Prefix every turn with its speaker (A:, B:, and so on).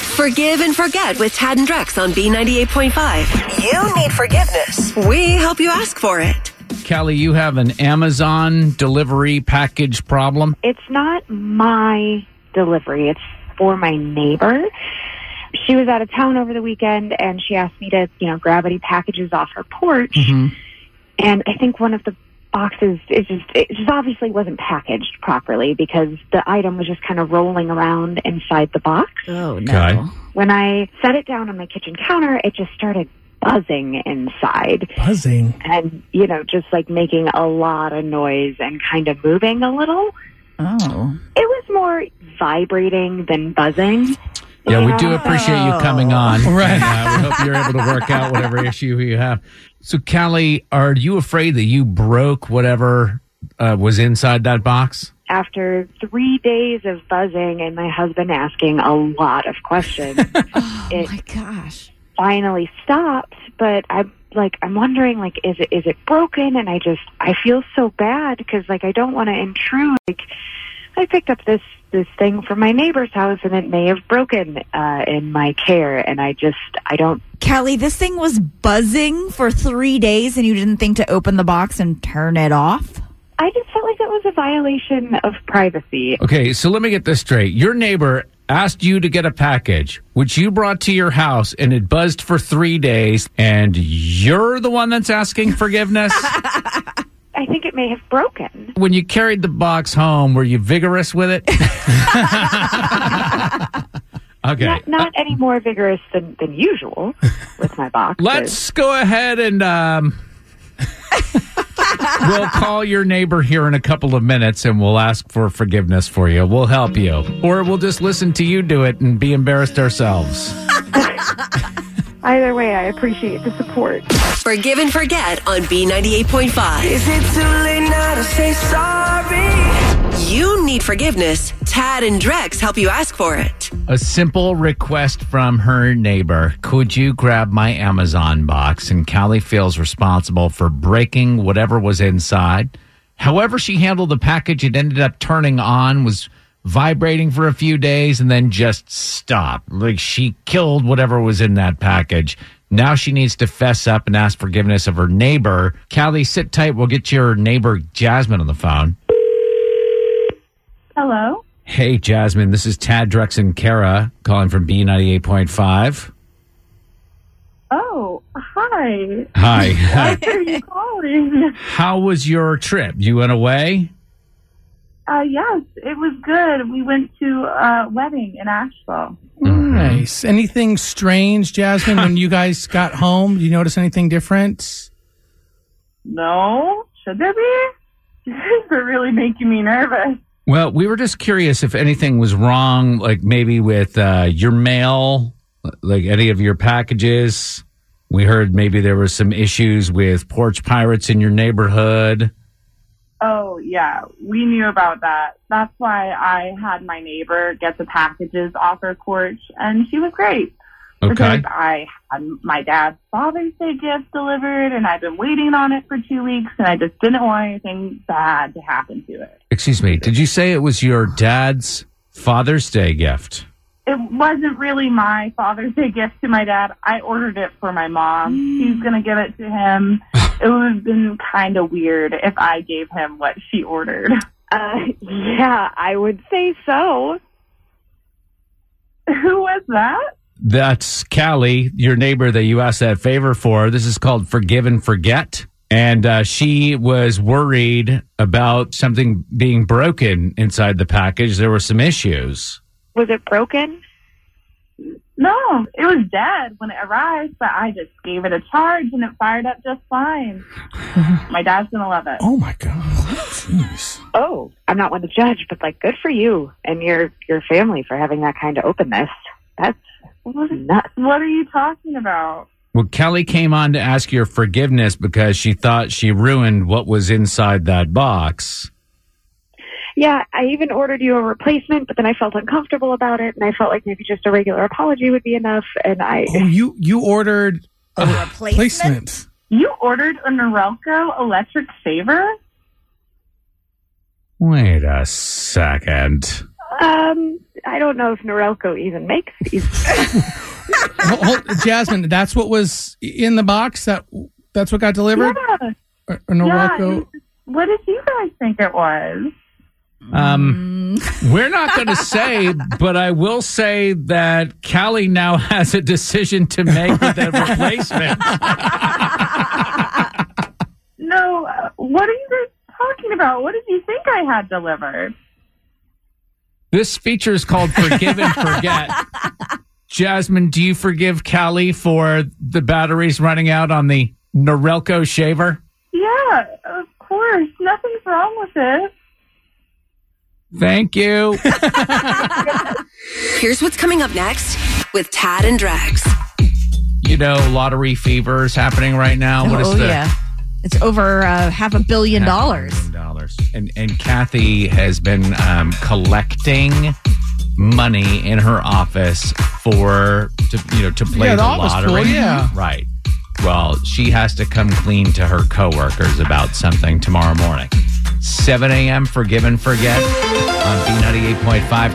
A: Forgive and forget with Tad and Drex on B98.5.
B: You need forgiveness.
A: We help you ask for it.
C: Kelly, you have an Amazon delivery package problem.
D: It's not my delivery. It's for my neighbor. She was out of town over the weekend and she asked me to, you know, grab any packages off her porch. And I think one of the boxes it just it just obviously wasn't packaged properly because the item was just kind of rolling around inside the box.
E: Oh
C: Okay.
E: no.
D: When I set it down on my kitchen counter, it just started buzzing inside
F: Buzzing.
D: and, you know, just like making a lot of noise and kind of moving a little.
E: Oh.
D: It was more vibrating than buzzing.
C: Yeah, we do appreciate you coming on. Right. Uh, we hope you're able to work out whatever issue you have. So, Kelly, are you afraid that you broke whatever uh, was inside that box?
D: After three days of buzzing and my husband asking a lot of questions,
E: Oh
D: It-
E: my gosh.
D: finally stopped. But I'm like, I'm wondering, like, is it is it broken? And I just I feel so bad because like I don't want to intrude. Like, I picked up this this thing from my neighbor's house and it may have broken uh, in my care, and I just I don't
E: Kelly, this thing was buzzing for three days and you didn't think to open the box and turn it off?
D: I just felt like that was a violation of privacy.
C: Okay, so let me get this straight. Your neighbor asked you to get a package, which you brought to your house, and it buzzed for three days, and you're the one that's asking forgiveness?
D: I think it may have broken.
C: when you carried the box home, were you vigorous with it? okay.
D: Not, not any more vigorous than, than usual with my box.
C: Let's go ahead and um, we'll call your neighbor here in a couple of minutes and we'll ask for forgiveness for you. We'll help you. Or we'll just listen to you do it and be embarrassed ourselves.
D: Either way, I appreciate the support.
A: Forgive and forget on B98.5.
B: Is it too late now to say sorry?
A: You need forgiveness. Tad and Drex help you ask for it.
C: A simple request from her neighbor Could you grab my Amazon box? And Callie feels responsible for breaking whatever was inside. However, she handled the package, it ended up turning on, was vibrating for a few days, and then just stopped. Like she killed whatever was in that package. Now she needs to fess up and ask forgiveness of her neighbor. Callie, sit tight. We'll get your neighbor, Jasmine, on the phone.
D: Hello.
C: Hey, Jasmine, this is Tad Drex and Kara calling from B98.5.
D: Oh, hi.
C: Hi.
D: Are you calling?
C: How was your trip? You went away?
D: Uh, yes, it was good. We went to a wedding in Asheville.
F: Nice. Anything strange, Jasmine, when you guys got home? Did you notice anything different?
D: No? Should there be? They're really making me nervous.
C: Well, we were just curious if anything was wrong, like maybe with uh, your mail, like any of your packages. We heard maybe there were some issues with porch pirates in your neighborhood.
G: Oh, yeah. We knew about that. That's why I had my neighbor get the packages off her porch, and she was great.
C: Okay.
G: Because I had my dad's Father's Day gift delivered, and I've been waiting on it for two weeks, and I just didn't want anything bad to happen to it.
C: Excuse me. Did you say it was your dad's Father's Day gift?
G: It wasn't really my Father's Day gift to my dad. I ordered it for my mom.
D: Mm.
G: She's going to give it to him. it would have been kind of weird if I gave him what she ordered.
D: Uh, yeah, I would say so.
G: Who was that?
C: That's Callie, your neighbor that you asked that favor for. This is called Forgive and Forget. And uh, she was worried about something being broken inside the package. There were some issues.
D: Was it broken?
G: No, it was dead when it arrived, but I just gave it a charge and it fired up just fine. My dad's gonna love it.
F: Oh, my God. Jeez.
D: Oh, I'm not one to judge, but like, good for you and your your family for having that kind of openness. That's nuts.
G: What are you talking about?
C: Well, Kelly came on to ask your forgiveness because she thought she ruined what was inside that box.
D: Yeah, I even ordered you a replacement, but then I felt uncomfortable about it, and I felt like maybe just a regular apology would be enough. And I,
F: Oh, you, you ordered
E: A replacement?
F: placement.
G: You ordered a Norelco electric shaver?
C: Wait a second.
D: Um, I don't know if Norelco even makes these.
F: Hold- hold- Oh, Jasmine, that's what was in the box. That that's what got delivered.
G: Yeah.
F: Or, or Norelco?
G: What did you guys think it was?
C: Um,
E: Mm.
C: we're not going to say, but I will say that Callie now has a decision to make with that replacement.
G: No, uh, what are you guys talking about? What did you think I had delivered?
C: This feature is called Forgive and Forget. Jasmine, do you forgive Callie for the batteries running out on the Norelco shaver?
G: Yeah, of course. Nothing's wrong with it.
C: Thank you.
A: Here's what's coming up next with Tad and Drex.
C: you know, lottery fever is happening right now. What is
E: oh
C: the
E: yeah, it's over uh, half a billion
C: half a
E: dollars.
C: million dollars. And and Kathy has been um, collecting money in her office for to you know to play
F: Yeah,
C: the,
F: the office
C: lottery.
F: pool, yeah.
C: Right. Well, she has to come clean to her coworkers about something tomorrow morning. 7 a.m. Forgive and Forget on B98.5.